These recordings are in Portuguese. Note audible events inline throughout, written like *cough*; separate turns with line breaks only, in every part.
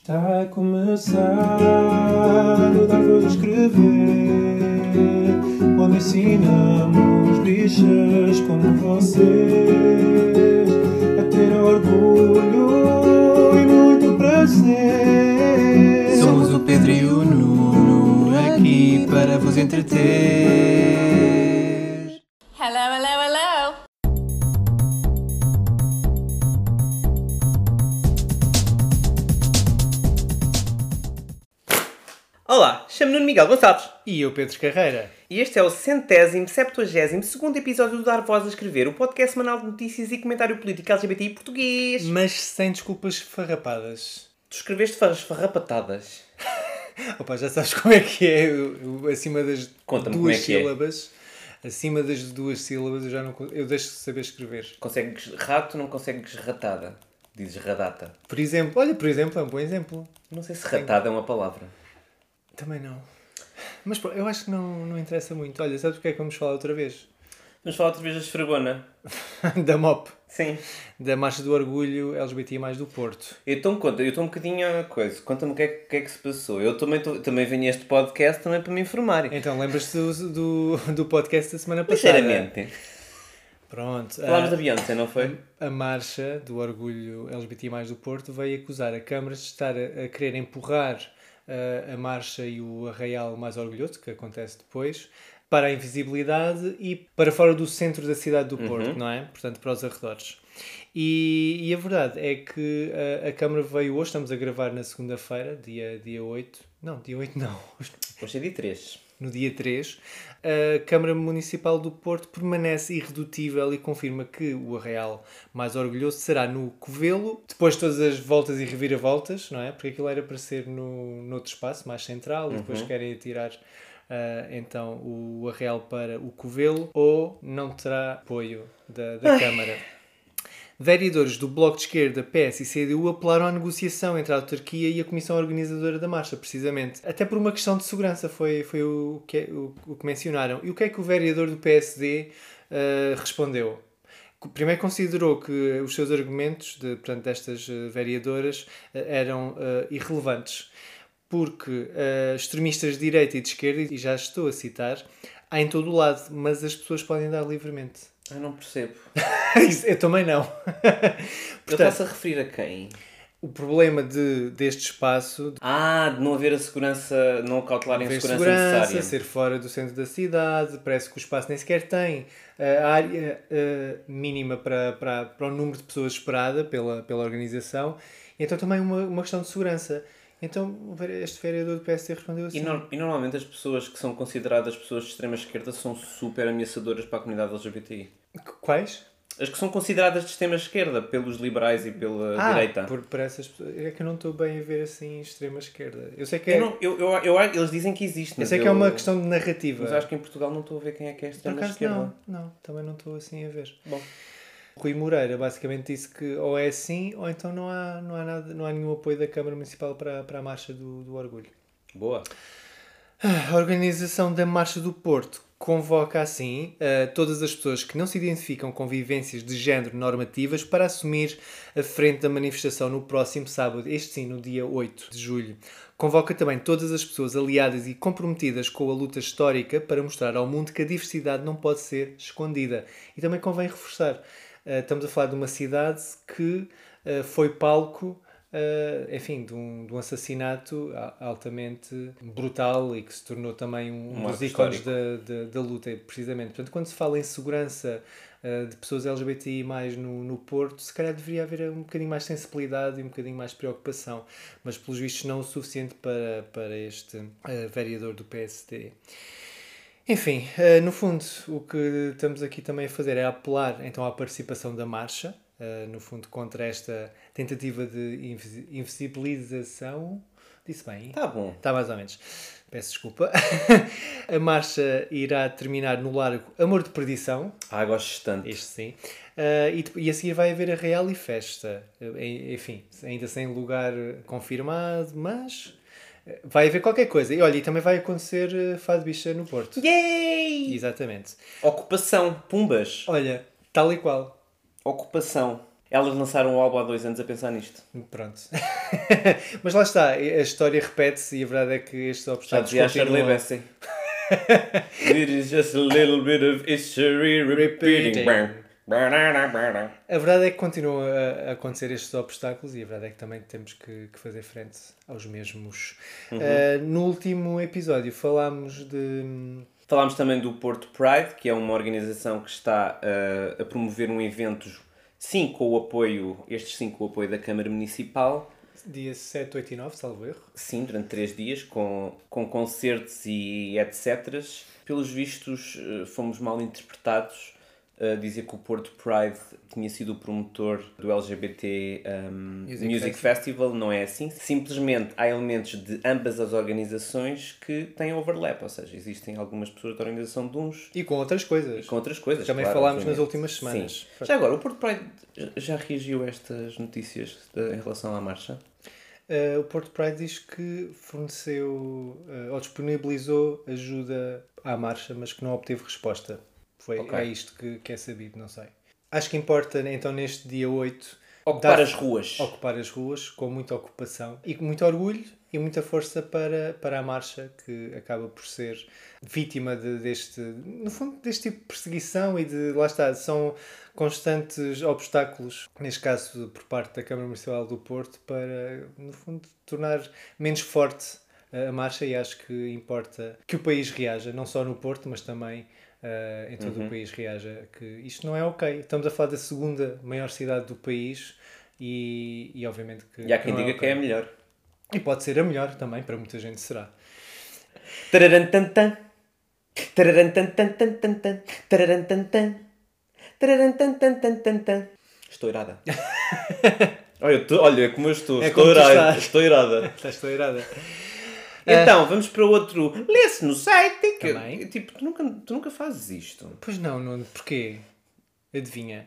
Está a começar o Dar Vou Escrever, onde ensinamos bichas como vocês a ter orgulho e muito prazer.
Somos o Pedro e o Nuno aqui para vos entreter.
Hello, hello, hello!
Olá, chamo-me Nuno Miguel Gonçalves
E eu, Pedro Carreira.
e este é o centésimo, septuagésimo segundo episódio do Dar Voz a Escrever, o podcast semanal de notícias e comentário político LGBTI português.
Mas sem desculpas farrapadas.
Tu escreveste farras farrapatadas.
Opa, já sabes *laughs* como é que é. eu- eu, acima das
Conta-me como
duas
é que é.
sílabas. Acima das duas sílabas eu já não con- eu deixo de saber escrever.
Consegues rato, não consegues ratada. Dizes radata.
Por exemplo, olha, por exemplo, é um bom exemplo.
Não sei se ratada é uma palavra.
Também não. Mas pô, eu acho que não, não interessa muito. Olha, sabes o que é que vamos falar outra vez? *laughs*
Vamos falar outra vez da esfregona.
da MOP,
Sim.
da Marcha do Orgulho LGBT mais do Porto.
Então conta, eu estou um bocadinho a coisa. Conta-me o que, é, que- o que é que se passou. Eu também, tô- também venho a este podcast também para me informar.
Então, lembras-te do, do, do podcast da semana passada?
Sinceramente.
Pronto. ah,
Falámos da Beyoncé, não foi?
A marcha do orgulho LGBT do Porto veio acusar a Câmara de estar a, a querer empurrar ah, a marcha e o arraial mais orgulhoso, que acontece depois, para a invisibilidade e para fora do centro da cidade do Porto, não é? Portanto, para os arredores. E, e a verdade é que ah, a Câmara veio hoje, estamos a gravar na segunda-feira, dia, dia 8. Não, dia 8 não, hoje
Hoje é dia 3.
no dia 3, a Câmara Municipal do Porto permanece irredutível e confirma que o Arraial mais orgulhoso será no Covelo, depois de todas as voltas e reviravoltas, não é? Porque aquilo era para ser no, noutro espaço mais central e depois querem tirar ah, então o Arraial para o Covelo ou não terá apoio da, da Câmara. Vereadores do Bloco de Esquerda, PS e CDU apelaram à negociação entre a autarquia e a comissão organizadora da marcha, precisamente. Até por uma questão de segurança, foi, foi o, que, o, o que mencionaram. E o que é que o vereador do PSD ah, respondeu? Co- Primeiro considerou que os seus argumentos de, portanto, destas ah, vereadoras ah, eram ah, irrelevantes porque eh, extremistas de direita e de esquerda, e já estou a citar, há em todo o lado, mas as pessoas podem dar livremente.
Eu Ah, não percebo.
*laughs* Isso Eu também não.
tá Eu
Portanto,
estás a referir a quem?
o problema de, deste espaço, de
Ah, de não haver a segurança, não cautelarem a
haver
segurança,
segurança,
necessária.
ser fora do centro da cidade, parece que o espaço nem sequer tem a área eh, mínima para, para, para o número de pessoas esperada pela, pela organização, então também uma, uma questão de segurança. Então o vere- este vereador do PSD respondeu assim.
E, nor- e normalmente as pessoas que são consideradas pessoas de extrema esquerda são super ameaçadoras para a comunidade LGBTI.
"Qu- Quais?
As que são consideradas de extrema esquerda pelos liberais e pela
Ah,
direita.
Por, por essas pessoas. É que eu não estou bem a ver assim extrema esquerda. Eu sei que é,
Eu não- eu- eu- eu- eles dizem que existe,
eu
mas
sei que é uma questão de narrativa.
Mas acho que em Portugal não estou a ver quem é que é a
por
extrema
acaso
esquerda.
não, não, também não estou assim a ver.
Bom,
Rui Moreira basicamente disse que ou é assim ou então não há, não há, nada, não há nenhum apoio da Câmara Municipal para, para a Marcha do, do Orgulho.
boa.
A organização da Marcha do Porto convoca assim eh, todas as pessoas que não se identificam com vivências de género normativas para assumir a frente da manifestação no próximo sábado, este sim, no dia 8 de julho. Convoca também todas as pessoas aliadas e comprometidas com a luta histórica para mostrar ao mundo que a diversidade não pode ser escondida. E também convém reforçar, eh, estamos a falar de uma cidade que eh, foi palco eh, enfim, de um, de um assassinato a- altamente brutal e que se tornou também um,
Um
um
marco
dos ícones da, da, da luta, precisamente. Portanto, quando se fala em segurança eh, de pessoas LGBTI mais no, no Porto, se calhar deveria haver um bocadinho mais sensibilidade e um bocadinho mais preocupação, mas pelos vistos não o suficiente para, para este eh, vereador do PSD. Enfim, eh, no fundo, o que estamos aqui também a fazer é apelar então à participação da marcha, eh, no fundo, contra esta tentativa de invisi- invisibilização. Disse bem?
Tá bom.
Está mais ou menos. Peço desculpa. *laughs* a marcha irá terminar no largo Amor de Perdição,
Ah, gosto tanto.
este sim, Ah, e, dep- e a seguir vai haver a Real e Festa. Eh, en- Enfim, ainda sem lugar eh, confirmado, mas eh, vai haver qualquer coisa. E olha, e também vai acontecer eh, Fado Bicha no Porto.
Yay!
Exatamente.
Ocupação. Pumbas.
Olha, tal e qual.
Ocupação. Elas lançaram o álbum há dois anos a pensar nisto.
Pronto. *laughs* Mas lá está, a história repete-se e a verdade é que estes
Já
obstáculos
dizia a Charlie
continuam.
*laughs* Bessie. It is just a little bit of history repeating.
Repeating.
Mas
A verdade é que continuam a- a acontecer estes obstáculos e a verdade é que também temos que, que fazer frente aos mesmos.
Uhum.
Ah, no último episódio falámos de. hum,
Falámos também do Porto Pride, que é uma organização que está eh, a promover um evento, sim, com o apoio, estes sim, com o apoio da Câmara Municipal,
Dia 7, 8 e 9, salvo erro.
sim, durante três dias, com, com concertos e etc. Pelos vistos, eh, fomos mal interpretados a dizer que o Porto Pride tinha sido o promotor do LGBT um,
Music
Music, Festival. não é assim. Simplesmente há elementos de ambas as organizações que têm overlap, ou seja, existem algumas pessoas da organização de uns
E com outras coisas.
com outras coisas.
Também
claro,
falámos
obviamente.
nas últimas semanas.
Sim. Já agora, o Porto Pride já reagiu a estas notícias de- em relação à marcha?
Ah, o Porto Pride diz que forneceu ah, ou disponibilizou ajuda à marcha, mas que não obteve resposta. Foi
Ok.
é isto que, que é sabido, não sei. Acho que importa, então, neste dia 8,
Ocupar
dar-
as ruas.
ocupar as ruas com muita ocupação e com muito orgulho e muita força para, para a marcha que acaba por ser vítima de- deste, no fundo, deste tipo de perseguição e de, lá está, são constantes obstáculos, neste caso por parte da Câmara Municipal do Porto, para, no fundo, tornar menos forte a a marcha e acho que importa que o país reaja, não só no Porto, mas também ah, em
Uhum.
todo o país reaja, que isto não é ok. Estamos a falar da segunda maior cidade do país e, e obviamente que.
E há quem
não Ah,
diga que
ok.
é a melhor.
E pode ser a melhor também, para muita gente será.
Tararantantan. Tararantantantantantan. Tararantantan. Tararantantantantantan.
*laughs*
Estou irada. olha, eu tô- olha como eu estou.
É
estou,
como tu
irada.
estás. *laughs*
estou irada.
Estás toda irada.
Então, vamos para outro. Lê-se no site. Que,
Também.
Tipo, tu nunca, tu nunca fazes isto.
Pois não, Nuno, porquê? Adivinha.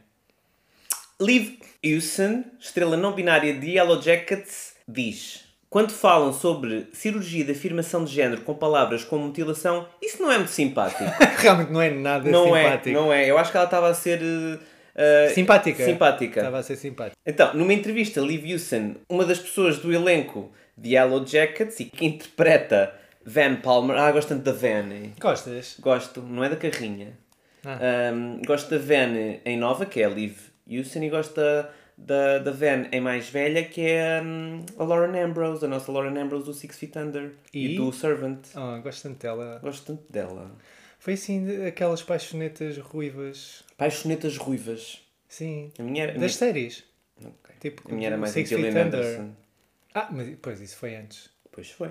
Liv Hewson, estrela não binária de Yellow Jackets, diz: Quando falam sobre cirurgia de afirmação de género com palavras como mutilação, isso não é muito simpático.
Realmente não é *laughs* nada
não
simpático.
é, não é. Eu acho que ela estava a ser. eh, eh,
Simpática.
Simpática.
Estava a ser simpática.
Então, numa entrevista, Liv Hewson, uma das pessoas do elenco de Yellow Jackets e que interpreta Van Palmer. Ah, gosto tanto da Van. eh.
Gostas?
Gosto, não é da carrinha.
Ah.
Ahm, gosto da Van em nova, que é a Liv Hewson, e gosto da, da, da Van em mais velha, que é hum, a Lauren Ambrose, a nossa Lauren Ambrose do Six Feet Under e,
E?
do Servant.
Ah, gosto tanto dela.
Gosto tanto dela.
Foi assim, de- aquelas paixonetas ruivas.
Paixonetas ruivas.
Sim.
A minha era, a minha,
Das séries. Tipo,
a minha era
como
mais assim. a
Six
Gillian
Feet Under.
Anderson.
Ah, mas pois isso foi antes.
Pois foi.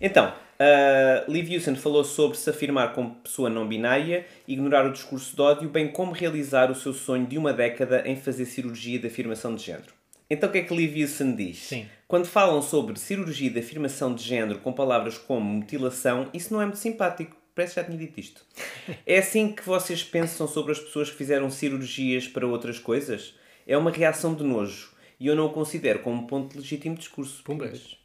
Então, ah, Liv Hewson falou sobre se afirmar como pessoa não binária, ignorar o discurso de ódio, bem como realizar o seu sonho de uma década em fazer cirurgia de afirmação de género. Então, o que é que Liv Hewson diz?
Sim.
Quando falam sobre cirurgia de afirmação de género com palavras como mutilação, isso não é muito simpático. Parece que já tinha dito isto. É assim que vocês pensam sobre as pessoas que fizeram cirurgias para outras coisas? É uma reação de nojo. E eu não o considero como um ponto de legítimo discurso.
Pumbas.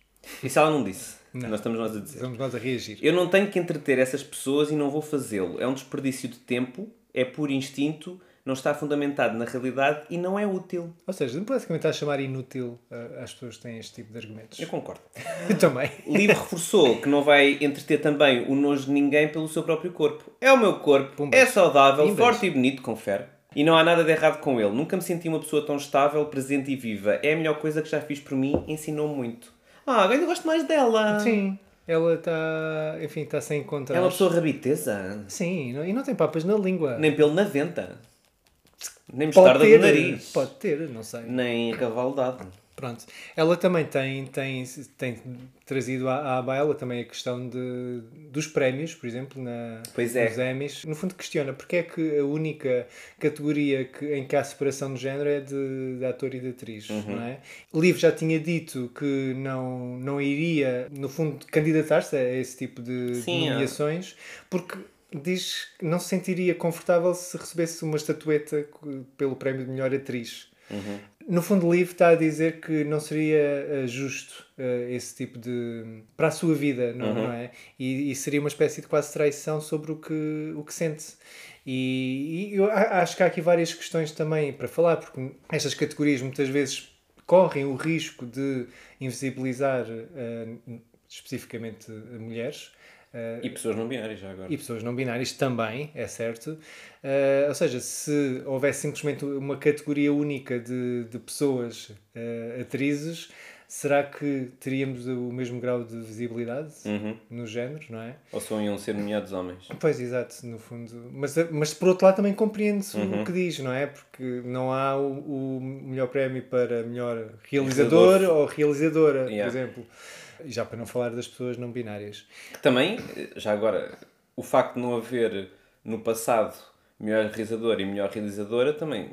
Isso ela não disse. Nós estamos nós a dizer.
Vamos nós a reagir.
Eu não tenho que entreter essas pessoas e não vou fazê-lo. É um desperdício de tempo, é por instinto, não está fundamentado na realidade e não é útil.
Ou seja, basicamente está a chamar inútil ah, as pessoas que têm este tipo de argumentos.
Eu concordo.
Eu *laughs* também.
Livre reforçou que não vai entreter também o nojo de ninguém pelo seu próprio corpo. É o meu corpo,
Pumbas.
é saudável,
Pumbas.
forte e bonito, confere. E não há nada de errado com ele. Nunca me senti uma pessoa tão estável, presente e viva. É a melhor coisa que já fiz por mim, ensinou-me muito. Ah, agora eu gosto mais dela.
Sim. Ela está, enfim, está sem encontrar.
É uma pessoa rabiteza.
Sim, não- e não tem papas na língua.
Nem pelo na venta. Nem mostarda do nariz.
Pode ter, não sei.
Nem cavaldade.
Pronto. Ela também tem, tem, tem trazido à, à baila também a questão de, dos prémios, por exemplo, na,
Pois é.
nos Emmys. No fundo questiona porque é que a única categoria que, em que há separação de género é de, de ator e de atriz,
Uhum.
não é? Liv já tinha dito que não, não iria, no fundo, candidatar-se a esse tipo de,
Sim,
de
é.
nomeações, porque diz que não se sentiria confortável se recebesse uma estatueta co- pelo prémio de melhor atriz. No fundo, Liv está a dizer que não seria eh, justo eh, esse tipo de. para a sua vida, não, não é? E, e seria uma espécie de quase traição sobre o que, o que sente. E, e eu a- acho que há aqui várias questões também para falar, porque estas categorias muitas vezes correm o risco de invisibilizar eh, especificamente eh, mulheres. eh,
E pessoas não binárias já agora.
e pessoas não binárias também, é certo. Eh, ou seja, se houvesse simplesmente uma categoria única de, de pessoas eh, atrizes, será que teríamos o mesmo grau de visibilidade
Uhum.
no género, não é?
Ou só iam ser nomeados homens.
Pois, exato, no fundo. Mas, eh, mas por outro lado também compreende
Uhum.
o que diz, não é? Porque não há o, o melhor prémio para melhor realizador
Realizador.
ou realizadora,
Yeah.
por exemplo. Já para não falar das pessoas não binárias.
Que também, eh, já agora, o facto de não haver no passado melhor realizador e melhor realizadora também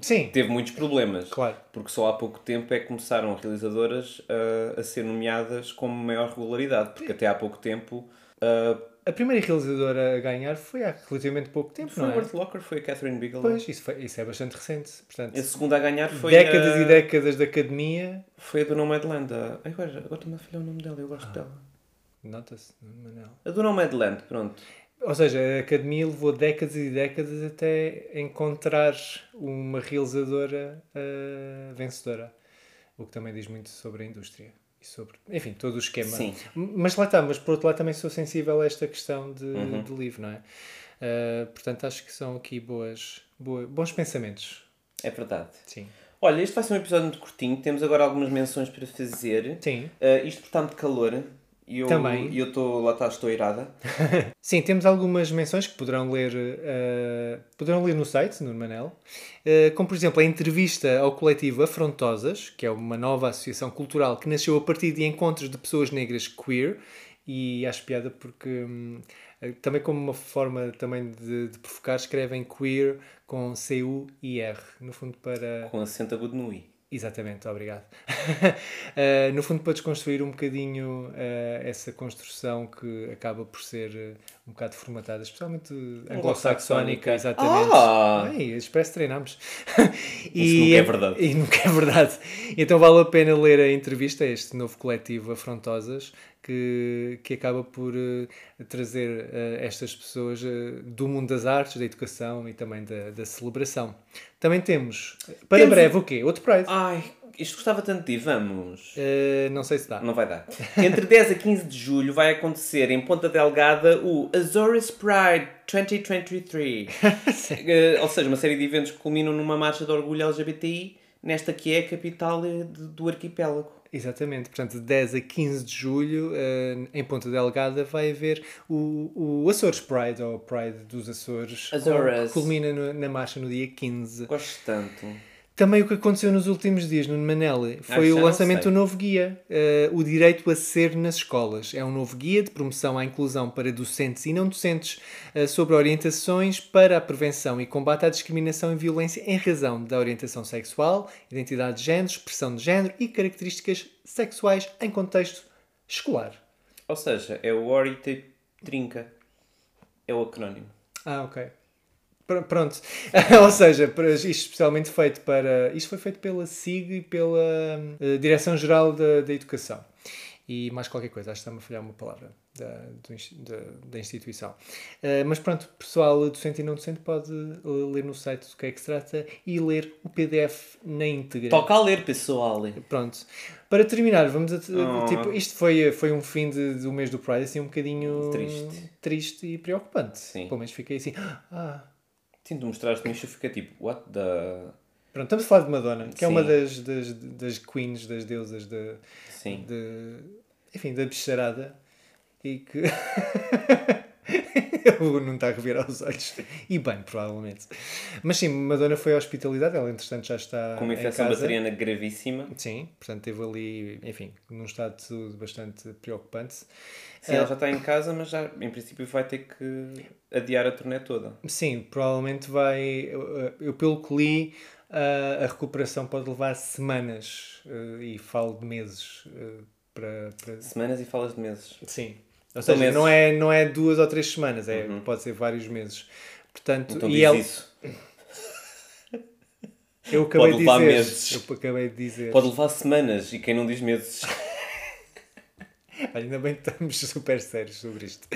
Sim,
teve muitos problemas.
Claro.
Porque só há pouco tempo é que começaram realizadoras ah, a ser nomeadas com maior regularidade. Porque até há pouco tempo ah,
a primeira realizadora a ganhar foi há relativamente pouco tempo,
foi
não é?
Howard Locker, foi a Catherine Bigelow.
Pois, isso, foi- isso é bastante recente. Portanto,
A segunda a ganhar foi
décadas
a...
e décadas de academia.
Foi a do Nomadland. a- Ai, Agora, agora estou-me a falhar o nome dela, eu gosto
Ah.
dela.
Nota-se, Manel.
A do Nomadland, pronto.
Ou seja, a academia levou décadas e décadas até encontrar uma realizadora ah, vencedora. O que também diz muito sobre a indústria. E sobre, enfim, todo o esquema.
Sim.
M- Mas lá está, mas por outro lado também sou sensível a esta questão de,
Uhum.
de livro, não é? Ah, portanto, acho que são aqui boas, boa- bons pensamentos.
É verdade.
Sim.
Olha, este vai ser um episódio muito curtinho. Temos agora algumas menções para fazer.
Sim.
Ah, isto por tanto calor. E eu,
Também.
E eu estou, lá está, estou irada.
Sim, temos algumas menções que poderão ler, eh, poderão ler no site, no Manel, eh, como por exemplo a entrevista ao coletivo Afrontosas, que é uma nova associação cultural que nasceu a partir de encontros de pessoas negras queer, e acho piada porque hum, eh, também como uma forma também de, de provocar, escrevem queer com C-U-I-R, no fundo para...
Com acento agudo no i.
Exatamente, obrigado. *laughs* Eh, no fundo, para desconstruir um bocadinho eh, essa construção que acaba por ser eh, um bocado formatada, especialmente anglo-saxónica,
Anglo-saxónica.
exatamente.
Ah!
Ai, expresso treinámos.
*laughs* nunca é verdade.
E nunca é verdade. Então vale a pena ler a entrevista a este novo coletivo Afrontosas, que, que acaba por eh, trazer eh, estas pessoas eh, do mundo das artes, da educação e também da, da celebração. Também temos, para
Temos- um-
breve, o quê? Outro Pride.
Ai, isto gostava tanto de ir. Vamos.
Eh, não sei se dá.
Ah, Não vai dar. Entre *laughs* 10 a 15 de julho vai acontecer em Ponta Delgada o Azores Pride 2023. *laughs* Eh, Ou seja, uma série de eventos que culminam numa marcha de orgulho LGBTI, nesta que é a capital eh, de- do arquipélago.
Exatamente, portanto, de 10 a 15 de julho, eh, em Ponta Delgada, vai haver o, o Açores Pride, ou Pride dos Açores, com-
Azores.
que culmina no- na marcha no dia 15.
Gosto tanto.
Também o que aconteceu nos últimos dias no Manelli
Ah,
foi
já
o
não
lançamento
sei.
do novo guia, eh, O Direito a Ser nas Escolas. É um novo guia de promoção à inclusão para docentes e não docentes eh, sobre orientações para a prevenção e combate à discriminação e violência em razão da orientação sexual, identidade de género, expressão de género e características sexuais em contexto escolar.
Ou seja, é o Ori Te Trinca. É o acrónimo.
Ah, ok. Pr- Pronto. *laughs* Ou seja, para- isto especialmente feito para. Isto foi feito pela SIG e pela eh, Direção-Geral da, da Educação. E mais qualquer coisa, acho que está-me a falhar uma palavra da, do ins- da- da instituição. Eh, mas pronto, pessoal docente e não docente pode eh, ler no site do que é que se trata e ler o PDF na íntegra.
Toca a ler, pessoal.
Pronto. Para terminar, vamos a.
Oh.
Tipo, isto foi, foi um fim de, do mês do Pride assim um bocadinho.
Triste.
triste e preocupante.
Sim.
Pelo menos fiquei assim. *gasps* Ah.
Sinto mostrar-te um isto e fica tipo, what the...
Pronto, estamos a falar de Madonna, que é
Sim.
uma das, das, das queens, das deusas de.
Sim.
de enfim, da bicharada. E que. *laughs* Eu não está a revirar os olhos. E bem, provavelmente. Mas sim, Madonna foi à hospitalidade, ela entretanto já está.
Com uma
em
infecção
casa.
bacteriana gravíssima.
Sim, portanto teve ali, enfim, num estado de saúde bastante preocupante.
Sim,
É.
ela já está em casa, mas já em princípio vai ter que adiar a turnê toda.
Sim, provavelmente vai. Eu, eu, pelo que li, a, a recuperação pode levar semanas eh, e falo de meses eh, para, para.
Semanas e falas de meses.
Sim. Ou
São
seja,
meses.
não, é, não é duas ou três semanas, é,
Uhum.
pode ser vários meses. Portanto,
Então
e
diz
ela-
isso.
Eu acabei
Pode
de
levar
dizer.
meses.
Eu acabei de dizer.
Pode levar semanas e quem não diz meses.
Ainda bem que estamos *laughs* super sérios sobre isto.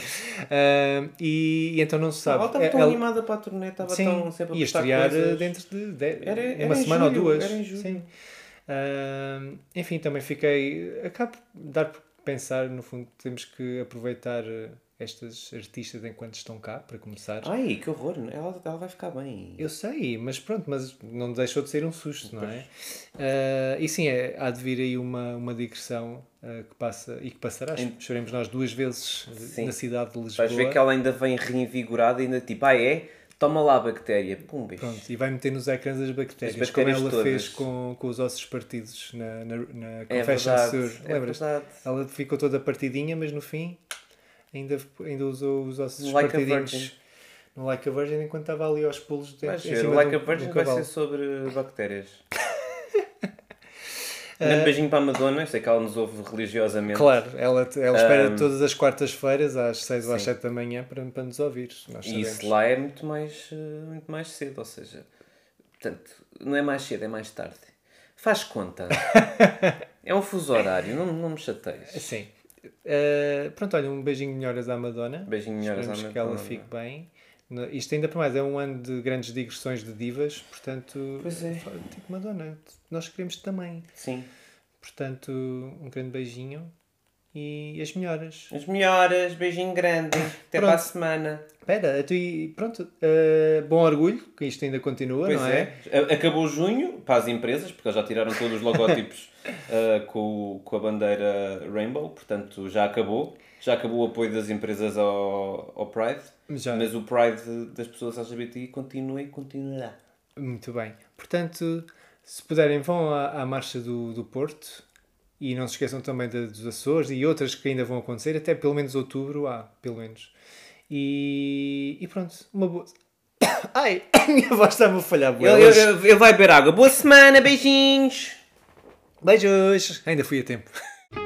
Ah, e, e então não se *laughs* sabe.
Ela estava
É-
tão
ela-
animada para a turnê, estava
Sim,
tão sempre a
ia
postar
estrear eh,
coisas.
dentro de, de-
Era- era
uma
em
semana
julho,
ou duas.
era em julho.
Sim. Ah, enfim, também fiquei. Acabo de dar por pensar, no fundo, que temos que aproveitar eh, estas artistas enquanto estão cá, para começar.
Ai, que horror, né? ela, ela vai ficar bem.
Eu sei, mas pronto, mas não deixou de ser um susto, não é? Ah, e sim, é, há de vir aí uma, uma digressão ah, que passa e que passará.
Em-
Choremos nós duas vezes eh,
Sim.
na cidade de Lisboa.
Vais ver que ela ainda vem reinvigorada, ainda tipo, ah é? Toma lá a bactéria, pum, bicho.
Pronto, e vai meter nos ecrãs as bactérias,
As
como
bactérias
ela
todas.
fez com, com os ossos partidos na, na, na
É
Confession
verdade,
Sur.
é
Lembras?
verdade.
ela ficou toda partidinha, mas no fim ainda, ainda usou os ossos
Like a Virgin.
partidinhos no Like a Virgin enquanto estava ali aos pulos de,
Vais
em
ver,
cima
o Like
do,
a Virgin
do
vai
cavalo.
ser sobre bactérias.
*laughs*
Um Grande beijinho para a Madonna, eu sei que ela nos ouve religiosamente.
Eh, Claro, ela, ela espera todas as quartas-feiras, às 6 ou às 7 da manhã, para, para nos ouvir. Nós
E
sabemos.
isso lá é muito mais, eh, muito mais cedo, ou seja, portanto, não é mais cedo, é mais tarde.
*laughs*
Faz conta. é um fuso horário, não, não me chateias.
Sim. É assim, Eh, pronto, olha, um beijinho melhoras à Madonna.
Beijinho melhoras à
Esperemos que ela
Madonna.
fique bem. No- Isto ainda para mais, é um ano de grandes digressões de divas, portanto...
Pois é.
fa- Tipo, Madonna, nós queremos também.
Sim.
Portanto, um grande beijinho e as melhoras.
As melhoras, beijinho grande, até
Pronto.
para a semana.
Espera, tu e pronto, eh, bom orgulho, que isto ainda continua,
Pois
não é?
é. A- Acabou junho para as empresas, porque eles já tiraram todos os *laughs* logótipos uh, com, o- com a bandeira Rainbow, portanto já acabou. Já acabou o apoio das empresas ao, ao Pride,
Já.
mas o Pride das pessoas LGBTI continua e continuará.
Muito bem. Portanto, se puderem, vão à, à Marcha do, do Porto e não se esqueçam também da- dos Açores e outras que ainda vão acontecer, até pelo menos outubro há, pelo menos. E, e pronto, uma boa. *coughs* Ai, *coughs* a minha voz está-me a falhar, boa.
Ele, ele- ele vai beber água. Boa semana, beijinhos!
Beijos! Ainda fui a tempo. *laughs*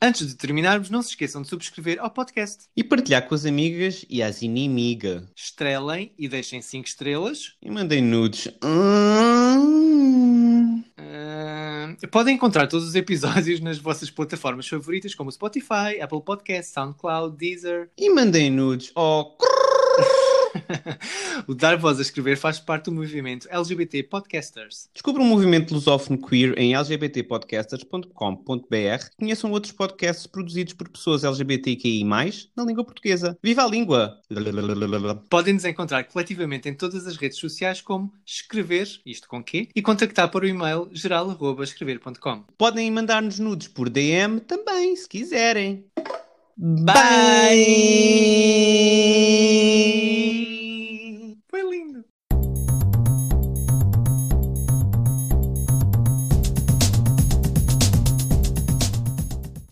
Antes de terminarmos, não se esqueçam de subscrever ao podcast.
e partilhar com as amigas e as inimigas.
Estrelem e deixem 5 estrelas.
E mandem nudes. Hum.
Ah, podem encontrar todos os episódios nas vossas plataformas favoritas, como Spotify, Apple Podcasts, SoundCloud, Deezer.
E mandem nudes. Oh,
O Dar Voz a Escrever faz parte do movimento LGBT Podcasters.
Descubra o movimento lusófono queer em lgbtpodcasters.com.br e conheçam outros podcasts produzidos por pessoas LGBTQI+, na língua portuguesa. Viva a língua!
Podem nos encontrar coletivamente em todas as redes sociais, como Escrever, isto com Q, e contactar por o e-mail geral.escrever.com.
Podem mandar-nos nudes por DM também, se quiserem.
Bye!